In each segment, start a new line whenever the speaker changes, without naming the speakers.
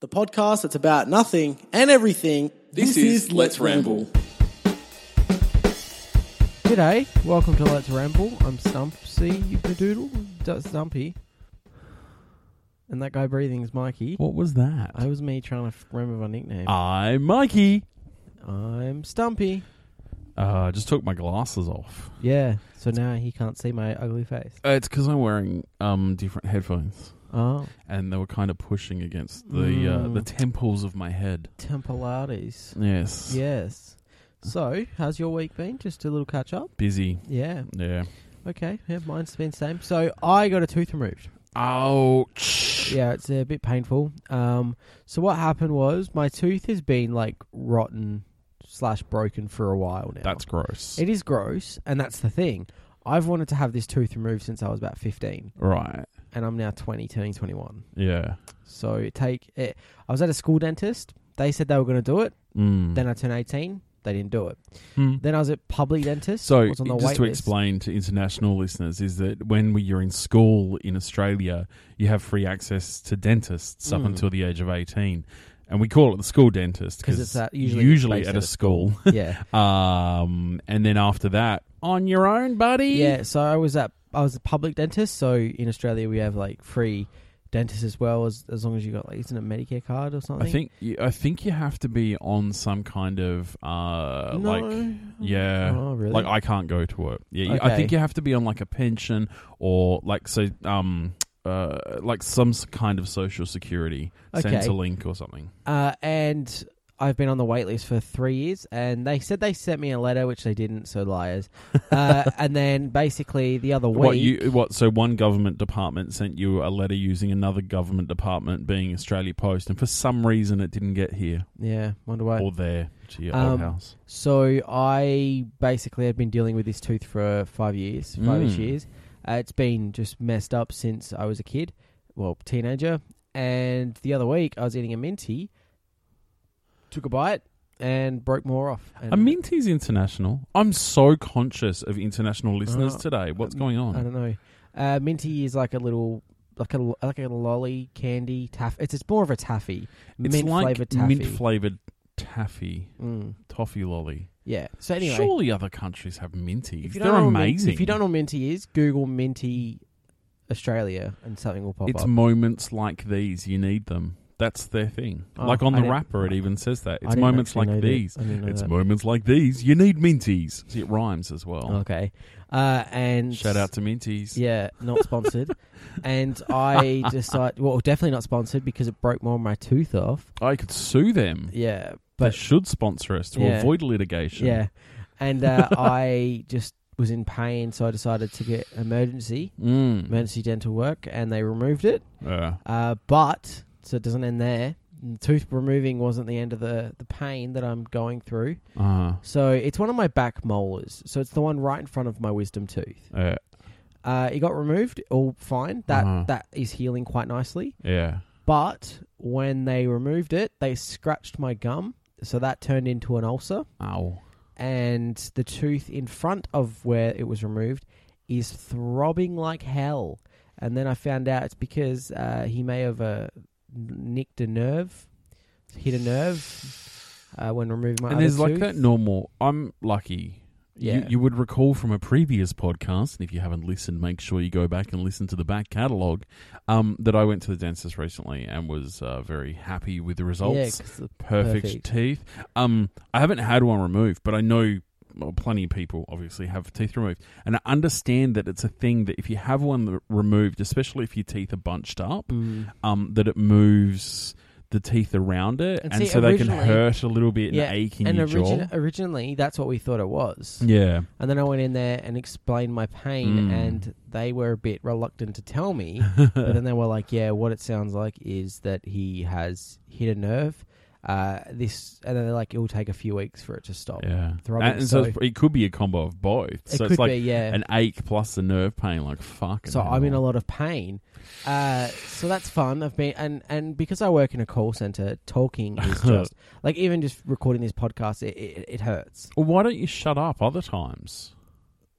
the podcast that's about nothing and everything.
This, is, Let's Ramble.
G'day, welcome to Let's Ramble. I'm Stumpsy Doodle, Stumpy. And that guy breathing is Mikey.
What was that?
I was me trying to f- remember my nickname.
Ah.
I'm Mikey.
I'm Stumpy.
Uh, I just took my glasses off.
Yeah, so now he can't see my ugly face.
Uh, It's because I'm wearing um different headphones,
Ah.
Oh,
and they were kind of pushing against the uh,
Mm.
the temples of my head.
Tempilates.
Yes.
Yes. So, how's your week been? Just a little catch up?
Busy.
Yeah.
Yeah.
Okay. Yeah, mine's been same. So, I got a tooth removed.
Ouch.
Yeah, it's uh, a bit painful. Um, so what happened was my tooth has been like rotten slash broken for a while now.
That's gross.
it is gross, and that's the thing. I've wanted to have this tooth removed since I was about fifteen,
right.
and I'm now twenty, turning twenty-one.
Yeah.
So it take it. I was at a school dentist. They said they were going to do it.
Mm.
Then I turned eighteen. They didn't do it.
Hmm.
Then I was at public dentist.
So,
was on the
just
wait
to
list.
explain to international listeners, is that when we- you're in school in Australia, you have free access to dentists up
Mm.
until the age of 18. And we call it the school dentist
'Cause it's at- usually
usually
based
at
at
a
a
school.
yeah,
um, and then after that, on your own, buddy.
yeah. So I was at I was a public dentist. So in Australia we have like free dentists as well as as long as you got like isn't it Medicare card or something?
I think you, I think you have to be on some kind of uh,
No.
like yeah,
Oh, really?
like I can't go to it. Yeah, you- I
Okay.
think you have to be on like a pension or like so um uh like some s- kind of social security
Okay.
Centrelink or something.
Uh, and I've been on the wait list for three years, and they said they sent me a letter, which they didn't. So liars. uh, and then basically the other week,
What you what? So one government department sent you a letter using another government department, being Australia Post, and for some reason it didn't get here
yeah, wonder why.
or there to your
Um,
old house.
So I basically have been dealing with this tooth for five years, five-ish
Mm.
years. Uh, it's been just messed up since I was a kid, well, teenager. And the other week, I was eating a minty, took a bite, and broke more off. And
A minty's international. I'm so conscious of international listeners
Oh,
today. What's
um,
going on?
I don't know. Uh, minty is like a little, like a like a lolly candy taff. It's it's more of a taffy,
It's
mint
like
flavored taffy.
mint flavored taffy,
mm.
toffee lolly.
Yeah. So anyway,
surely other countries have minties.
if you
They're
don't know what min-
amazing.
if you don't know what minty is, Google minty Australia and something will pop
it's
up.
moments like these you need them. That's their thing.
Oh,
like on
I
the
didn't-
wrapper, it even says that.
I
It's
didn't
moments
actually know
like
that.
these.
I didn't know
It's
that.
moments like these you need minties. See, it rhymes as well.
okay. Uh, and
Shout out to minties.
Oh, Yeah, not sponsored. and I decide, well, definitely not sponsored because it broke more of my tooth off.
I could sue them.
Yeah,
they
but
should sponsor us to
Yeah.
avoid litigation.
Yeah. And uh, I just was in pain, so I decided to get emergency,
Mm.
emergency dental work, and they removed it.
Yeah.
Uh, but, so it doesn't end there. Tooth removing wasn't the end of the, the pain that I'm going through.
Uh-huh.
So it's one of my back molars. So it's the one right in front of my wisdom tooth.
Yeah.
Uh, it got removed, all fine. That
Uh-huh.
that is healing quite nicely.
Yeah.
But when they removed it, they scratched my gum. So that turned into an ulcer.
Ow.
and the tooth in front of where it was removed is throbbing like hell. And then I found out it's because uh, he may have uh, nicked a nerve, hit a nerve uh, when removing my
and
other
there's like
tooth.
that normal. I'm lucky. You,
Yeah.
you would recall from a previous podcast, and if you haven't listened, make sure you go back and listen to the back catalogue. Um, that I went to the dentist recently and was uh, very happy with the
Yeah,
results.
'cause the-
perfect,
perfect.
teeth. Um, I haven't had one removed, but I know well, plenty of people obviously have teeth removed, and I understand that it's a thing that if you have one that- removed, especially if your teeth are bunched up,
Mm.
um, that it moves the teeth around it, and,
And see,
so they can
originally-
hurt a little bit and
Yeah,
ache in
And
your
origin-
jaw.
originally, that's what we thought it was.
Yeah.
And then I went in there and explained my pain,
Mm.
and they were a bit reluctant to tell me. but then they were like, "Yeah, what it sounds like is that he has hit a nerve. Uh, this, and then they're like, it will take a few weeks for it to stop.
Yeah.
Throbbing,
and, and so,
so-
it's- it could be a combo of both.
It
so
could
it's like
be, yeah.
an ache plus the nerve pain. Like, fuck.
so I'm in a lot of pain. Uh, so that's fun. I've been and and because I work in a call center, talking is just like even just recording this podcast, it it, it hurts.
Well, why don't you shut up other times?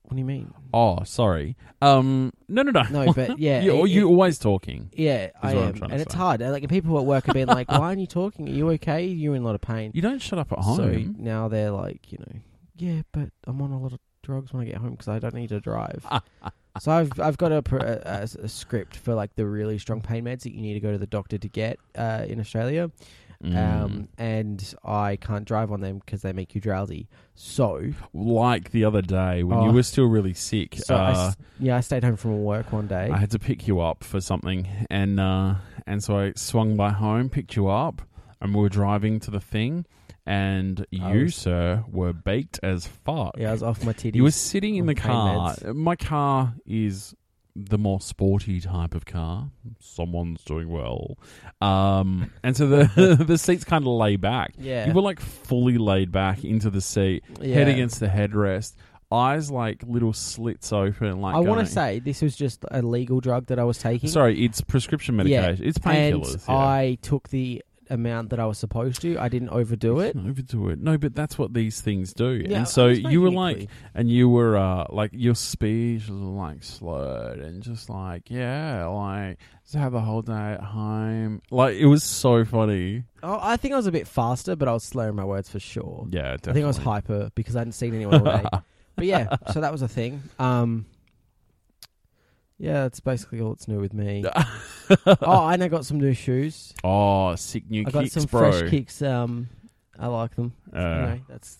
What do you mean?
Oh, sorry. Um, no, no, no.
No, but yeah,
you're,
it-
you're
it-
always talking.
Yeah, I
what I'm
am,
trying
and
to
it's
say.
hard. And, Like people at work have been like, "Why aren't you talking? Are you okay? You're in a lot of pain."
You don't shut up at
So
home.
now they're like, you know, yeah, but I'm on a lot of drugs when I get home because I don't need to drive. so I've I've got a, pr- a, a s- a script for like the really strong pain meds that you need to go to the doctor to get uh, in Australia,
Mm.
um, and I can't drive on them because they make you drowsy. So,
Mm. like the other day when
Oh.
you were still really sick.
so I
uh,
s- yeah, I stayed home from work one day.
I had to pick you up for something, and uh, and so I swung by home, picked you up, and we were driving to the thing, and
I
you,
was-
sir, were baked as fuck.
Oh, yeah, I was off my titties.
you were sitting in
on
the
pain
car.
meds.
My car is the more sporty type of car. Someone's doing well, um, and so the the seats kind of lay back.
yeah,
You were like fully laid back into the seat, head
yeah.
against the headrest, eyes like little slits open. Like
I want
going-
to say this was just a legal drug that I was taking.
Sorry, it's prescription medication. It's
and
painkillers. Yeah.
I took the amount that I was supposed to. I didn't overdo it.
It's not Overdo it. No, but that's what these things do.
Yeah,
and so
I was
you were
making it
like,
clear.
and you were uh, like, your speech was like slurred and just like, yeah, like just have the whole day at home. Like it was so funny.
Oh, I think I was a bit faster, but I was slurring my words for sure.
Yeah, definitely.
I think I was hyper because I hadn't seen anyone all day. but yeah, so that was a thing. Um, yeah, that's basically all that's new with me. oh, and I got some new shoes.
Oh, sick new
I got
kicks,
some
bro.
fresh kicks. Um, I like them.
Uh,
anyway, that's.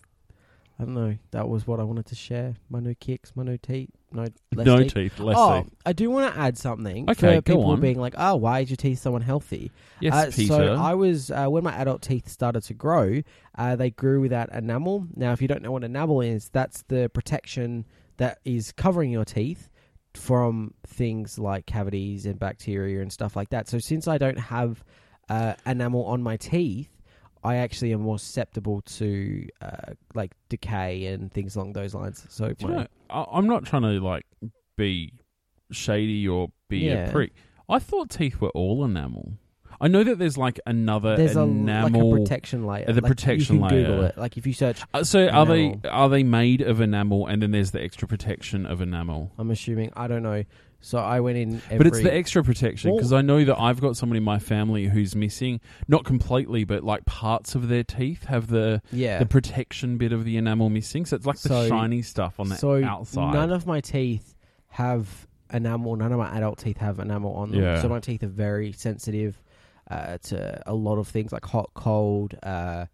I don't know. That was what I wanted to share. My new kicks, my new teeth. No, less
no
teeth.
teeth, less
oh,
teeth.
I do want to add something for
Okay, go
people
on.
being like, "Oh, why is your teeth so unhealthy?"
Yes,
uh,
Peter.
So I was uh, when my adult teeth started to grow, uh, they grew without enamel. Now, if you don't know what enamel is, that's the protection that is covering your teeth from things like cavities and bacteria and stuff like that. So since I don't have uh, enamel on my teeth. I actually am more susceptible to uh, like decay and things along those lines. So
Do you
my-
know, I, I'm not trying to like be shady or be
Yeah.
a prick. I thought teeth were all enamel. I know that there's like another
there's a
enamel.
like a protection layer.
the
Like,
protection
you can Google
layer.
it. Like if you search,
Uh, so are
enamel.
they are they made of enamel, and then there's the extra protection of enamel?
I'm assuming I don't know. So I went in, every,
But it's the extra protection because
Well-
I know that I've got somebody in my family who's missing not completely, but like parts of their teeth have the
yeah.
the protection bit of the enamel missing. So it's like the
So-
shiny stuff on the
so
outside.
none of my teeth have enamel. None of my adult teeth have enamel on them.
Yeah.
So my teeth are very sensitive uh, to a lot of things like hot, cold, uh,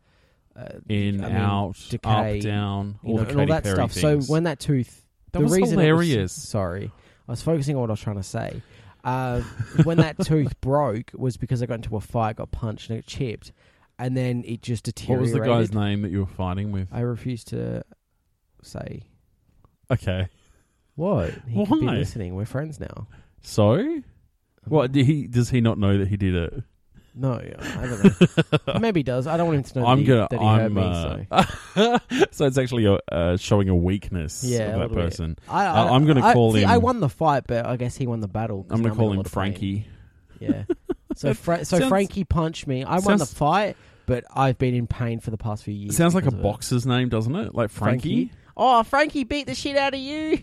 uh,
in
I mean,
out,
decay,
up, down,
you
all
know,
the
and all
Katy
that
Perry
stuff.
things.
So when that tooth,
That
the
was
reason it
hilarious.
sorry, I was focusing on what I was trying to say. Uh, when that tooth broke was because I got into a fight, got punched, and it chipped, and then it just
what
deteriorated.
was the guy's name that you were fighting with?
I refuse to say
Okay,
what. He could be
Why?
listening. We're friends now.
so what? Did he does he not know that he did it?
No, I don't know. Maybe he does. I don't want him to know
I'm
that, he-
gonna.
that he hurt
I'm.
me.
uh,
so.
so. it's actually a, uh, showing a weakness
Yeah, a
of that
little bit.
person.
I,
uh, I'm gonna
I-
call
see, I
him-
won the fight, but I guess he won the battle. 'cause
I'm
now
gonna call
in a
him
lot of pain.
Frankie.
Yeah. So Fra- so
Sounds-
Frankie punched me. I won the
Sounds-
fight, but I've been in pain for the past few years.
sounds like a
because of it.
boxer's name, doesn't it? Like Frankie?
Oh, Frankie beat the shit out of you.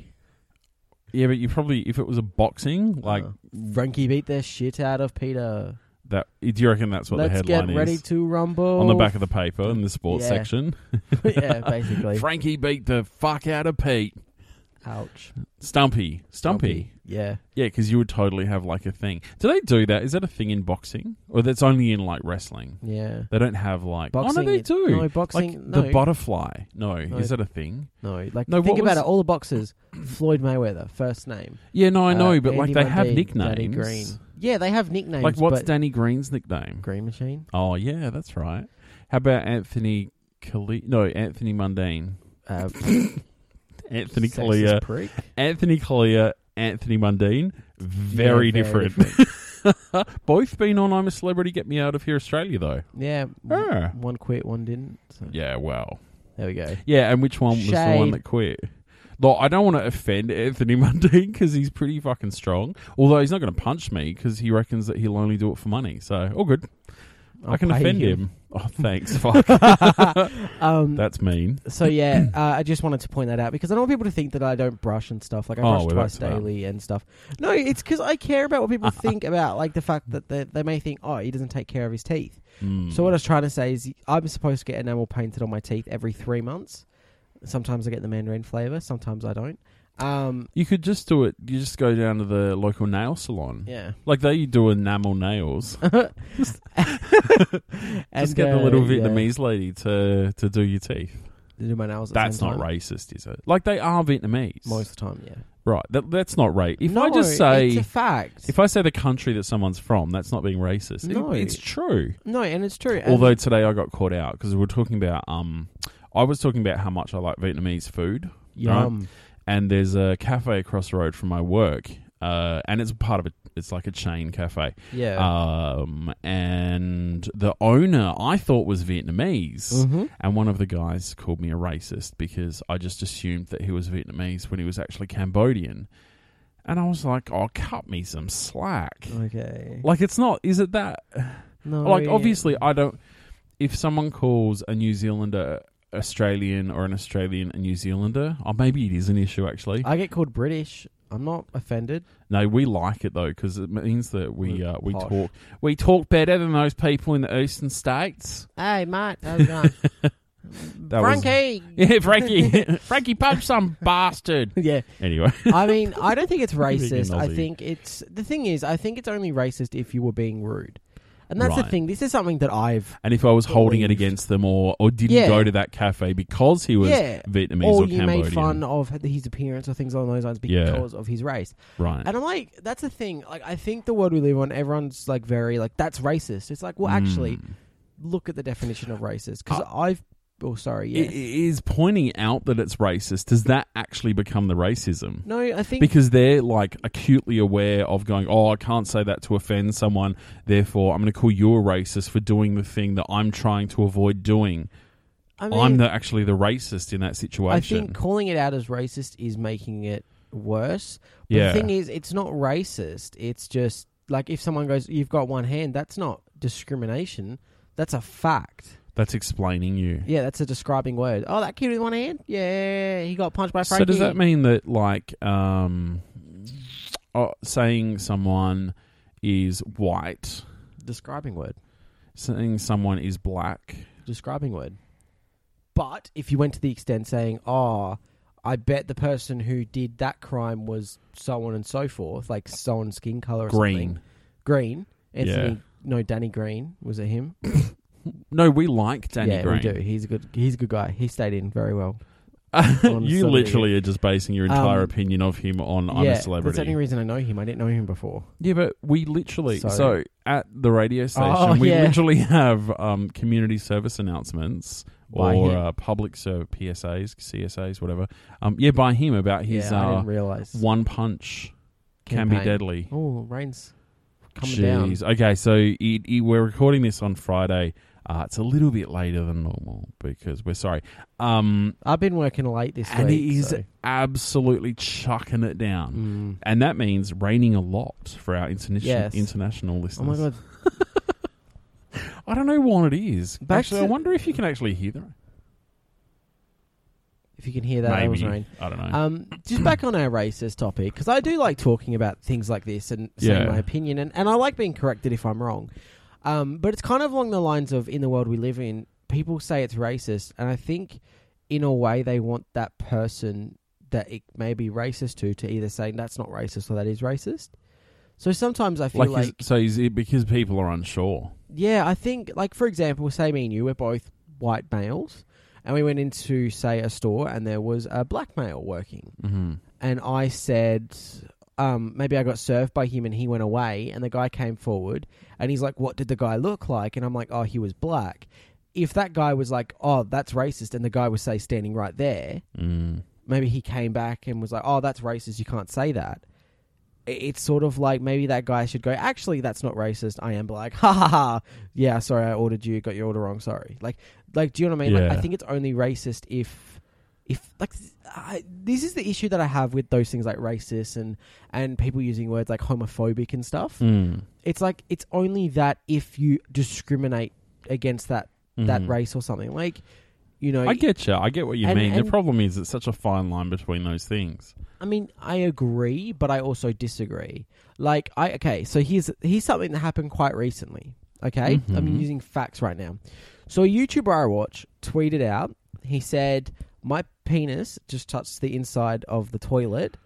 Yeah, but you probably if it was a boxing like
Uh, Frankie beat the shit out of Peter.
that. Do you reckon that's what
Let's
the headline
get ready
is
to rumble
on the back of the paper in the sports
Yeah.
section?
yeah, basically.
Frankie beat the fuck out of Pete.
Ouch.
Stumpy, Stumpy.
Yeah.
Yeah, because you would totally have like a thing. Do they do that? Is that a thing in boxing, or that's only in like wrestling?
Yeah.
They don't have like. oh
Boxing
no, they
it-
do.
No,
like
boxing.
the
no,
butterfly. No,
No.
is that a thing?
no. Like
No,
think
what
about
was-
it. All the boxers. Floyd Mayweather, first name.
Yeah, no, I
Uh,
know, but
Andy
like they have
Mundine,
nicknames.
Danny Green. Yeah, they have nicknames.
Like what's
but
Danny Green's nickname?
Green Machine?
Oh yeah, that's right. How about Anthony Kalia? No, Anthony Mundane.
Uh,
Anthony
sexist
Kalia.
prick.
Anthony Kalia. Anthony Mundine. Very,
Yeah,
different. Both been on I'm a Celebrity. Get me out of here, Australia though.
Yeah. w-
Ah.
One quit, one didn't. So
Yeah, well.
There we go.
Yeah, and which one was the one
Shade.
that quit? Look, I don't want to offend Anthony Mundine because he's pretty fucking strong. Although he's not going to punch me because he reckons that he'll only do it for money. So all good. i
I'll
can
pay
offend him. Oh, thanks. Fuck.
Um,
That's mean.
so yeah, uh, I just wanted to point that out because I don't want people to think that I don't brush and stuff. Like I
Oh,
brush
well,
twice
that's bad.
daily and stuff. No, it's because I care about what people think about, like the fact that they, they may think, oh, he doesn't take care of his teeth.
Mm.
So what I was trying to say is I'm supposed to get enamel painted on my teeth every three months. Sometimes I get the mandarin flavor, sometimes I don't. Um,
you could just do it. You just go down to the local nail salon.
yeah,
Like they do enamel nails.
and
just get the little
uh, yeah,
Vietnamese lady to, to do your teeth.
they do my nails. At the
That's
same
not
time.
racist, is it? Like they are Vietnamese.
Most of the time, yeah.
Right. That, that's not right. If
no,
I just say
it's a fact.
if I say the country that someone's from, that's not being racist. It-
No.
it's true.
no, and it's true. And-
Although today I got caught out because we are talking about um I was talking about how much I like Vietnamese food
yum.
and there's a cafe across the road from my work uh, and it's part of a it's like a chain cafe
Yeah.
um, and the owner I thought was Vietnamese
hmm
and one of the guys called me a racist because I just assumed that he was Vietnamese when he was actually Cambodian. And I was like, oh, cut me some slack.
Okay.
Like, it's not, is it that?
No,
Like,
yeah.
obviously, I don't. If someone calls a New Zealander Australian or an Australian a New Zealander, oh, maybe it is an issue, actually.
I get called British. I'm not offended.
No, we like it, though, because it means that we,
We're
uh, we
posh.
talk. We talk better than those people in the eastern states.
Hey, mate. How's it going?
That was- Yeah, Frankie. Frankie, punch some bastard.
yeah.
Anyway.
I mean, I don't think it's
Being
racist. I
Aussie.
think it's the thing is, I think it's only racist if you were being rude, and that's the
Right.
thing. This is something that I've
And if I was holding it
Believed.
against them or, or didn't
Yeah.
go to that cafe because he was
Yeah.
Vietnamese or,
or you
Cambodian.
made fun of his appearance or things along those lines
Yeah.
because of his race.
Right.
And I'm like, that's the thing. Like, I think the world we live on, everyone's like very like that's racist. It's like, well, actually,
Mm.
look at the definition of racist because I've oh sorry, yeah,
I- i- is pointing out that it's racist, does that actually become the racism?
no, I think
Because they're like acutely aware of going, oh, I can't say that to offend someone, therefore I'm going to call you a racist for doing the thing that I'm trying to avoid doing.
I
I'm the, actually the racist in that
I
situation.
think calling it out as racist is making it worse. But
Yeah.
the thing is, it's not racist. It's just like if someone goes, "You've got one hand," that's not discrimination. That's a fact.
That's explaining you.
Yeah, that's a describing word. Oh, that kid with one hand. Yeah, he got punched by Frankie.
So does that mean that like um, oh, saying someone is white,
describing word?
saying someone is black?
Describing word. But if you went to the extent saying, "Ah, I bet the person who did that crime was so on and so forth, like so on skin color or something."
Green.
Green. Anthony,
Yeah.
no, Danny Green was it him?
No, we like Danny
yeah,
Green.
we do. He's a good. He's a good guy. He stayed in very well. On
you
somebody-
literally are just basing your entire
Um,
opinion of him on I'm
yeah,
a
that's the only
celebrity.
reason I know him. I didn't know him before.
Yeah, but we literally so,
So-
at the radio station
Oh,
we
yeah.
literally have um, community service announcements
By
or
him.
uh, public serv PSAs, CSAs, whatever. Um, yeah, by him about his
yeah, I
uh,
didn't realize.
one punch can be
Campaign.
deadly.
Oh, rain's coming down.
Jeez. Okay, so it, it- we're recording this on Friday. Uh, it's a little bit later than normal because we're sorry. Um,
I've been working late this
and
week.
it is
so-
absolutely chucking it down.
Mm.
And that means raining a lot for our international
Yes.
international
Oh
listeners.
my god!
I don't know what it is.
Back
actually,
to-
I wonder if you can actually hear them.
If you can hear that, that was
Maybe
rain.
I don't know.
Um, just back on our racist topic because I do like talking about things like this and saying
Yeah.
my opinion, and, and I like being corrected if I'm wrong. Um, but it's kind of along the lines of in the world we live in, people say it's racist, and I think in a way they want that person that it may be racist to to either say that's not racist or that is racist. So sometimes I feel
like,
like,
is, so is it because people are unsure?
yeah, I think like for example, say me and you, we're both white males, and we went into say a store and there was a black male working
Mm-hmm.
and I said, um, maybe I got served by him and he went away. And the guy came forward and he's like, What did the guy look like? And I'm like, Oh, he was black. If that guy was like, Oh, that's racist, and the guy was, say, standing right there,
Mm.
maybe he came back and was like, Oh, that's racist. You can't say that. I- It's sort of like maybe that guy should go, Actually, that's not racist. I am black. Ha ha ha. Yeah, sorry, I ordered you. Got your order wrong. Sorry. Like, like, do you know what I mean? Like,
Yeah.
I think it's only racist if if like th- I, this is the issue that I have with those things like racist and and people using words like homophobic and stuff.
Mm.
It's like it's only that if you discriminate against that that
Mhm.
race or something. Like, you know,
I get you. I get what you
And-
mean.
and-
the problem is it's such a fine line between those things.
I mean, I agree, but I also disagree. Like, I okay, so here's here's something that happened quite recently. Okay, I'm
Mhm.
using facts right now. So a YouTuber I watch tweeted out. He said, "My penis just touched the inside of the toilet,"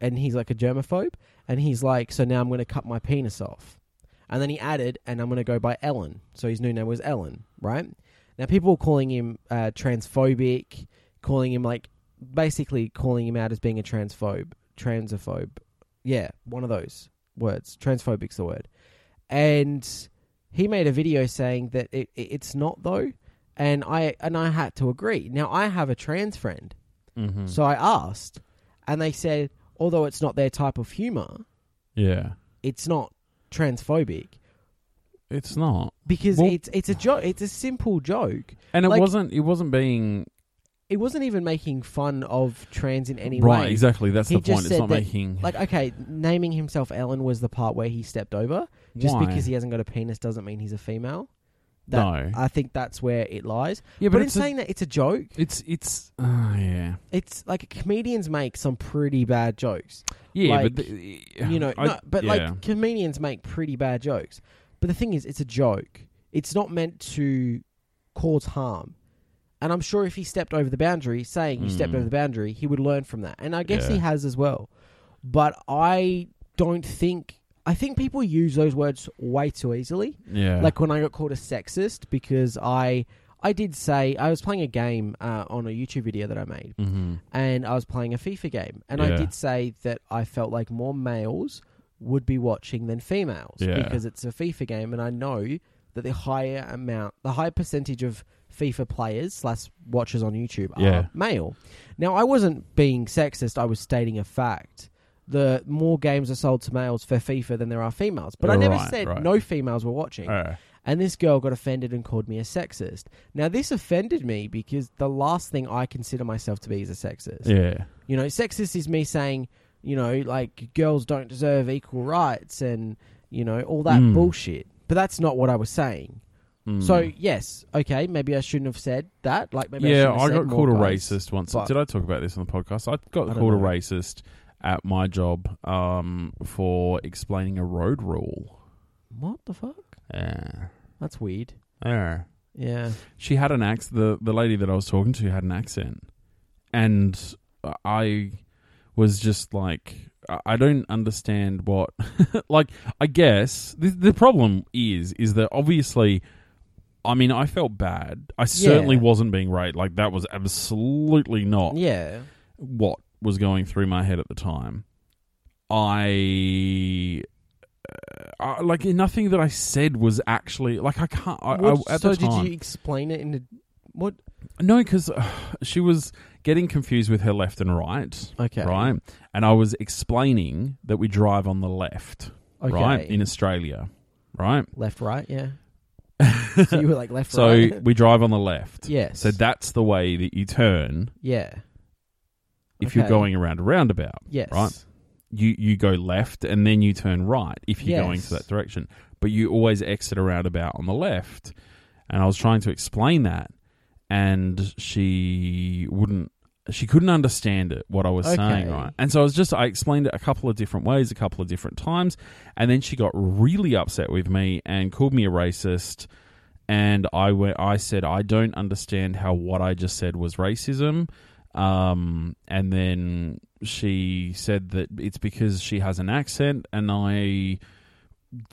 and he's like a germaphobe, and he's like, "So now I'm going to cut my penis off." And then he added, "And I'm going to go by Ellen." So his new name was Ellen, right? Now people were calling him uh, transphobic, calling him like basically calling him out as being a transphobe, transphobe. Yeah, one of those words. Transphobic's the word. And he made a video saying that it, it- it's not though, and I and I had to agree. Now I have a trans friend,
Mm-hmm.
so I asked, and they said although it's not their type of humor,
yeah,
it's not transphobic
it's not,
because
Well-
it's it's a joke. It's a simple joke.
and it
Like-
wasn't. It wasn't being
It wasn't even making fun of trans in any
right.
way.
Exactly. That's
He
the point.
just
It's
said
not
that-
making
Like, okay, naming himself Ellen was the part where he stepped over. Just
why?
because he hasn't got a penis doesn't mean he's a female. That,
No.
I think that's where it lies.
yeah,
But, in
it's a-
saying that it's a joke,
it's it's oh yeah
it's like comedians make some pretty bad jokes.
yeah.
Like,
but the,
You know,
I-
no, but
yeah.
like comedians make pretty bad jokes. But the thing is, it's a joke. It's not meant to cause harm. And I'm sure if he stepped over the boundary, saying you stepped
Mm.
over the boundary, he would learn from that. And I guess he
Yeah.
has as well. But I don't think. I think people use those words way too easily
yeah,
like when I got called a sexist because I I did say I was playing a game uh, on a YouTube video that I made
hmm
and I was playing a FIFA game and I
Yeah.
did say that I felt like more males would be watching than females
Yeah.
because it's a FIFA game and I know that the higher amount the high percentage of FIFA players slash watchers on YouTube are
Yeah.
male. Now I wasn't being sexist, I was stating a fact. The more games are sold to males for FIFA than there are females. But I never
Right,
said
right.
no females were watching
Uh,
and this girl got offended and called me a sexist. Now, this offended me because the last thing I consider myself to be is a sexist.
yeah,
You know, sexist is me saying, you know, like girls don't deserve equal rights and, you know, all that
Mm.
bullshit. But that's not what I was saying.
Mm.
So, yes, okay, maybe I shouldn't have said that. Like, maybe
yeah,
I,
I got called a
racist.
racist once.
but-
Did I talk about this on the podcast? I got
I don't
called a
know.
racist at my job um, for explaining a road rule.
What the fuck?
Yeah.
That's weird.
Yeah.
Yeah.
She had an accent. The the lady that I was talking to had an accent, and I was just like, I- I don't understand what. like, I guess the the problem is is that obviously. I mean, I felt bad. I certainly
Yeah.
wasn't being right. Like that was absolutely not
Yeah.
what was going through my head at the time. I, uh, I like nothing that I said was actually like I can't. I, I,
What-
at
so,
the
did
time,
you explain it in the. What?
no, because she was getting confused with her left and right,
Okay.
right? And I was explaining that we drive on the left,
Okay.
right, in Australia, right?
Left, right, yeah. so you were like left,
So
right.
we drive on the left.
Yes.
So that's the way that you turn
Yeah.
if you're
Okay.
going around a roundabout.
Yes.
Right. you you go left and then you turn right if you're going
Yes.
to that direction. But you always exit a roundabout on the left. And I was trying to explain that, and she wouldn't. She couldn't understand it what I was
Okay.
saying, right? And so I was just I explained it a couple of different ways, a couple of different times, and then she got really upset with me and called me a racist. And I went, I said I don't understand how what I just said was racism. Um, and then she said that it's because she has an accent, and I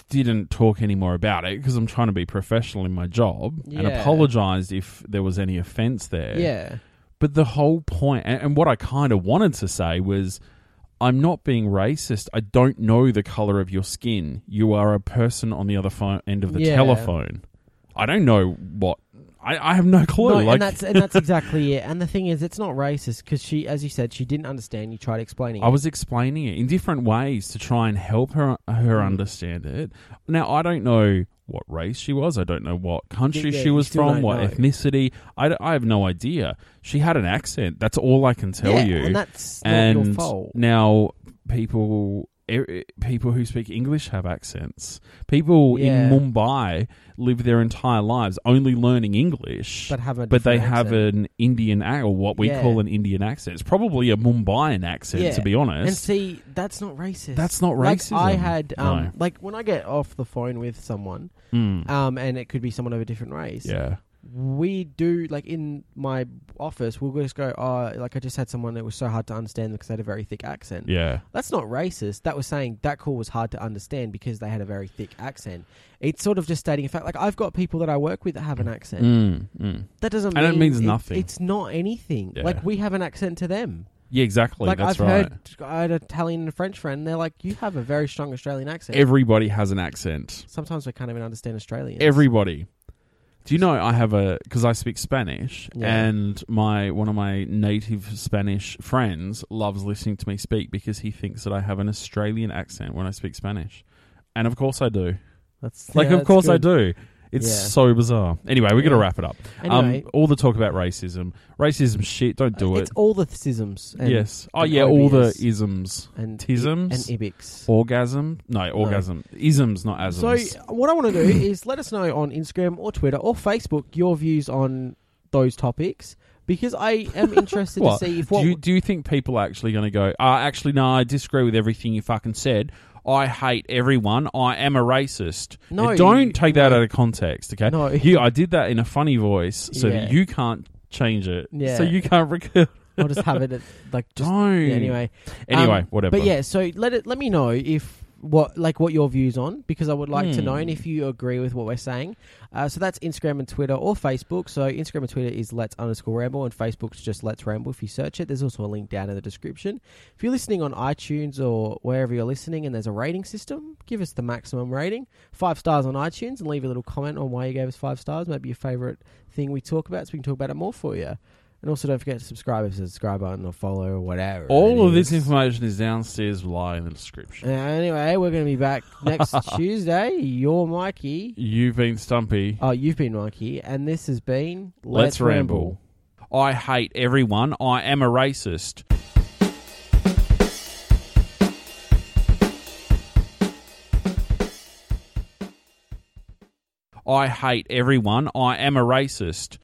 didn't talk any more about it because I'm trying to be professional in my job and
Yeah.
apologized if there was any offense there.
Yeah.
But the whole point, and, and what I kind of wanted to say was, I'm not being racist. I don't know the color of your skin. You are a person on the other phone, end of the
Yeah.
telephone. I don't know what. I, I have no clue.
No,
like,
and that's and that's exactly it. And the thing is, it's not racist because she, as you said, she didn't understand. You tried explaining.
I
it.
was explaining it in different ways to try and help her her
Mm.
understand it. Now I don't know what race she was. I don't know what country
Yeah, yeah,
she
you
was
still
from.
don't
What
know.
ethnicity? I, d- I have no idea. She had an accent. That's all I can tell
yeah,
you.
and that's not
And
your fault.
now people e- people who speak English have accents. People
Yeah.
in Mumbai live their entire lives only learning English,
but have a
but they
different
have
accent.
an Indian ac- or what we
Yeah.
call an Indian accent. It's probably a Mumbaian accent,
Yeah.
to be
And
honest.
see, that's not racist.
That's not
like
racism.
I had um,
No.
like when I get off the phone with someone,
Mm.
um, and it could be someone of a different race.
yeah,
we do like in my office we'll just go oh like i just had someone that was so hard to understand because they had a very thick accent
yeah,
that's not racist that was saying that call was hard to understand because they had a very thick accent it's sort of just stating a fact like i've got people that i work with that have an accent
mm. Mm.
that doesn't
And it
mean
means nothing.
it's not anything
Yeah.
like we have an accent to them
yeah, exactly.
like
That's
i've
right.
heard i had an italian and french friend and they're like you have a very strong australian accent
Everybody has an accent.
sometimes we can't even understand australian
Everybody. Do you know I have a because I speak Spanish
Yeah.
and my one of my native Spanish friends loves listening to me speak because he thinks that I have an Australian accent when I speak Spanish, and of course I do.
that's
Like
yeah,
of
that's
course I
good.
do. It's
Yeah.
so bizarre. Anyway, we got to
Yeah.
wrap it up.
anyway
Um, all the talk about racism, racism shit. Don't do it.
it's all the sisms and
yes. Oh
and
yeah, all the
IBS.
isms,
and
Tisms?
and ibics.
orgasm. No, orgasm. Isms, not
So
asms.
what I want to do is let us know on Instagram or Twitter or Facebook your views on those topics because I am interested to
What?
see if what
do you, do you think people are actually going to go, uh, actually, no, I disagree with everything you fucking said. I hate everyone. I am a racist.
No,
Now, don't
you-
take that out of context, okay?
No.
You, I did that in a funny voice so
Yeah.
that you can't change it.
Yeah.
So you can't recur.
I'll just have it at, like just
don't.
yeah, anyway.
Anyway,
Um,
whatever.
But yeah, so let it let me know if what like what your views on because I would like to know
Hmm.
and if you agree with what we're saying. Uh, so that's Instagram and Twitter or Facebook. So Instagram and Twitter is Let's underscore Ramble and Facebook's just Let's Ramble. If you search it, there's also a link down in the description. If you're listening on iTunes or wherever you're listening and there's a rating system, give us the maximum rating, five stars on iTunes, and leave a little comment on why you gave us five stars. Maybe your favorite thing we talk about, so we can talk about it more for you. And also, don't forget to subscribe if there's a subscribe button or follow or whatever.
All
it
of this
is.
information is downstairs below in the description.
Uh, anyway, we're going to be back next Tuesday. You're Mikey.
You've been Stumpy.
Oh, you've been Mikey, and this has been
Let's ramble. I hate everyone. I am a racist. I hate everyone. I am a racist.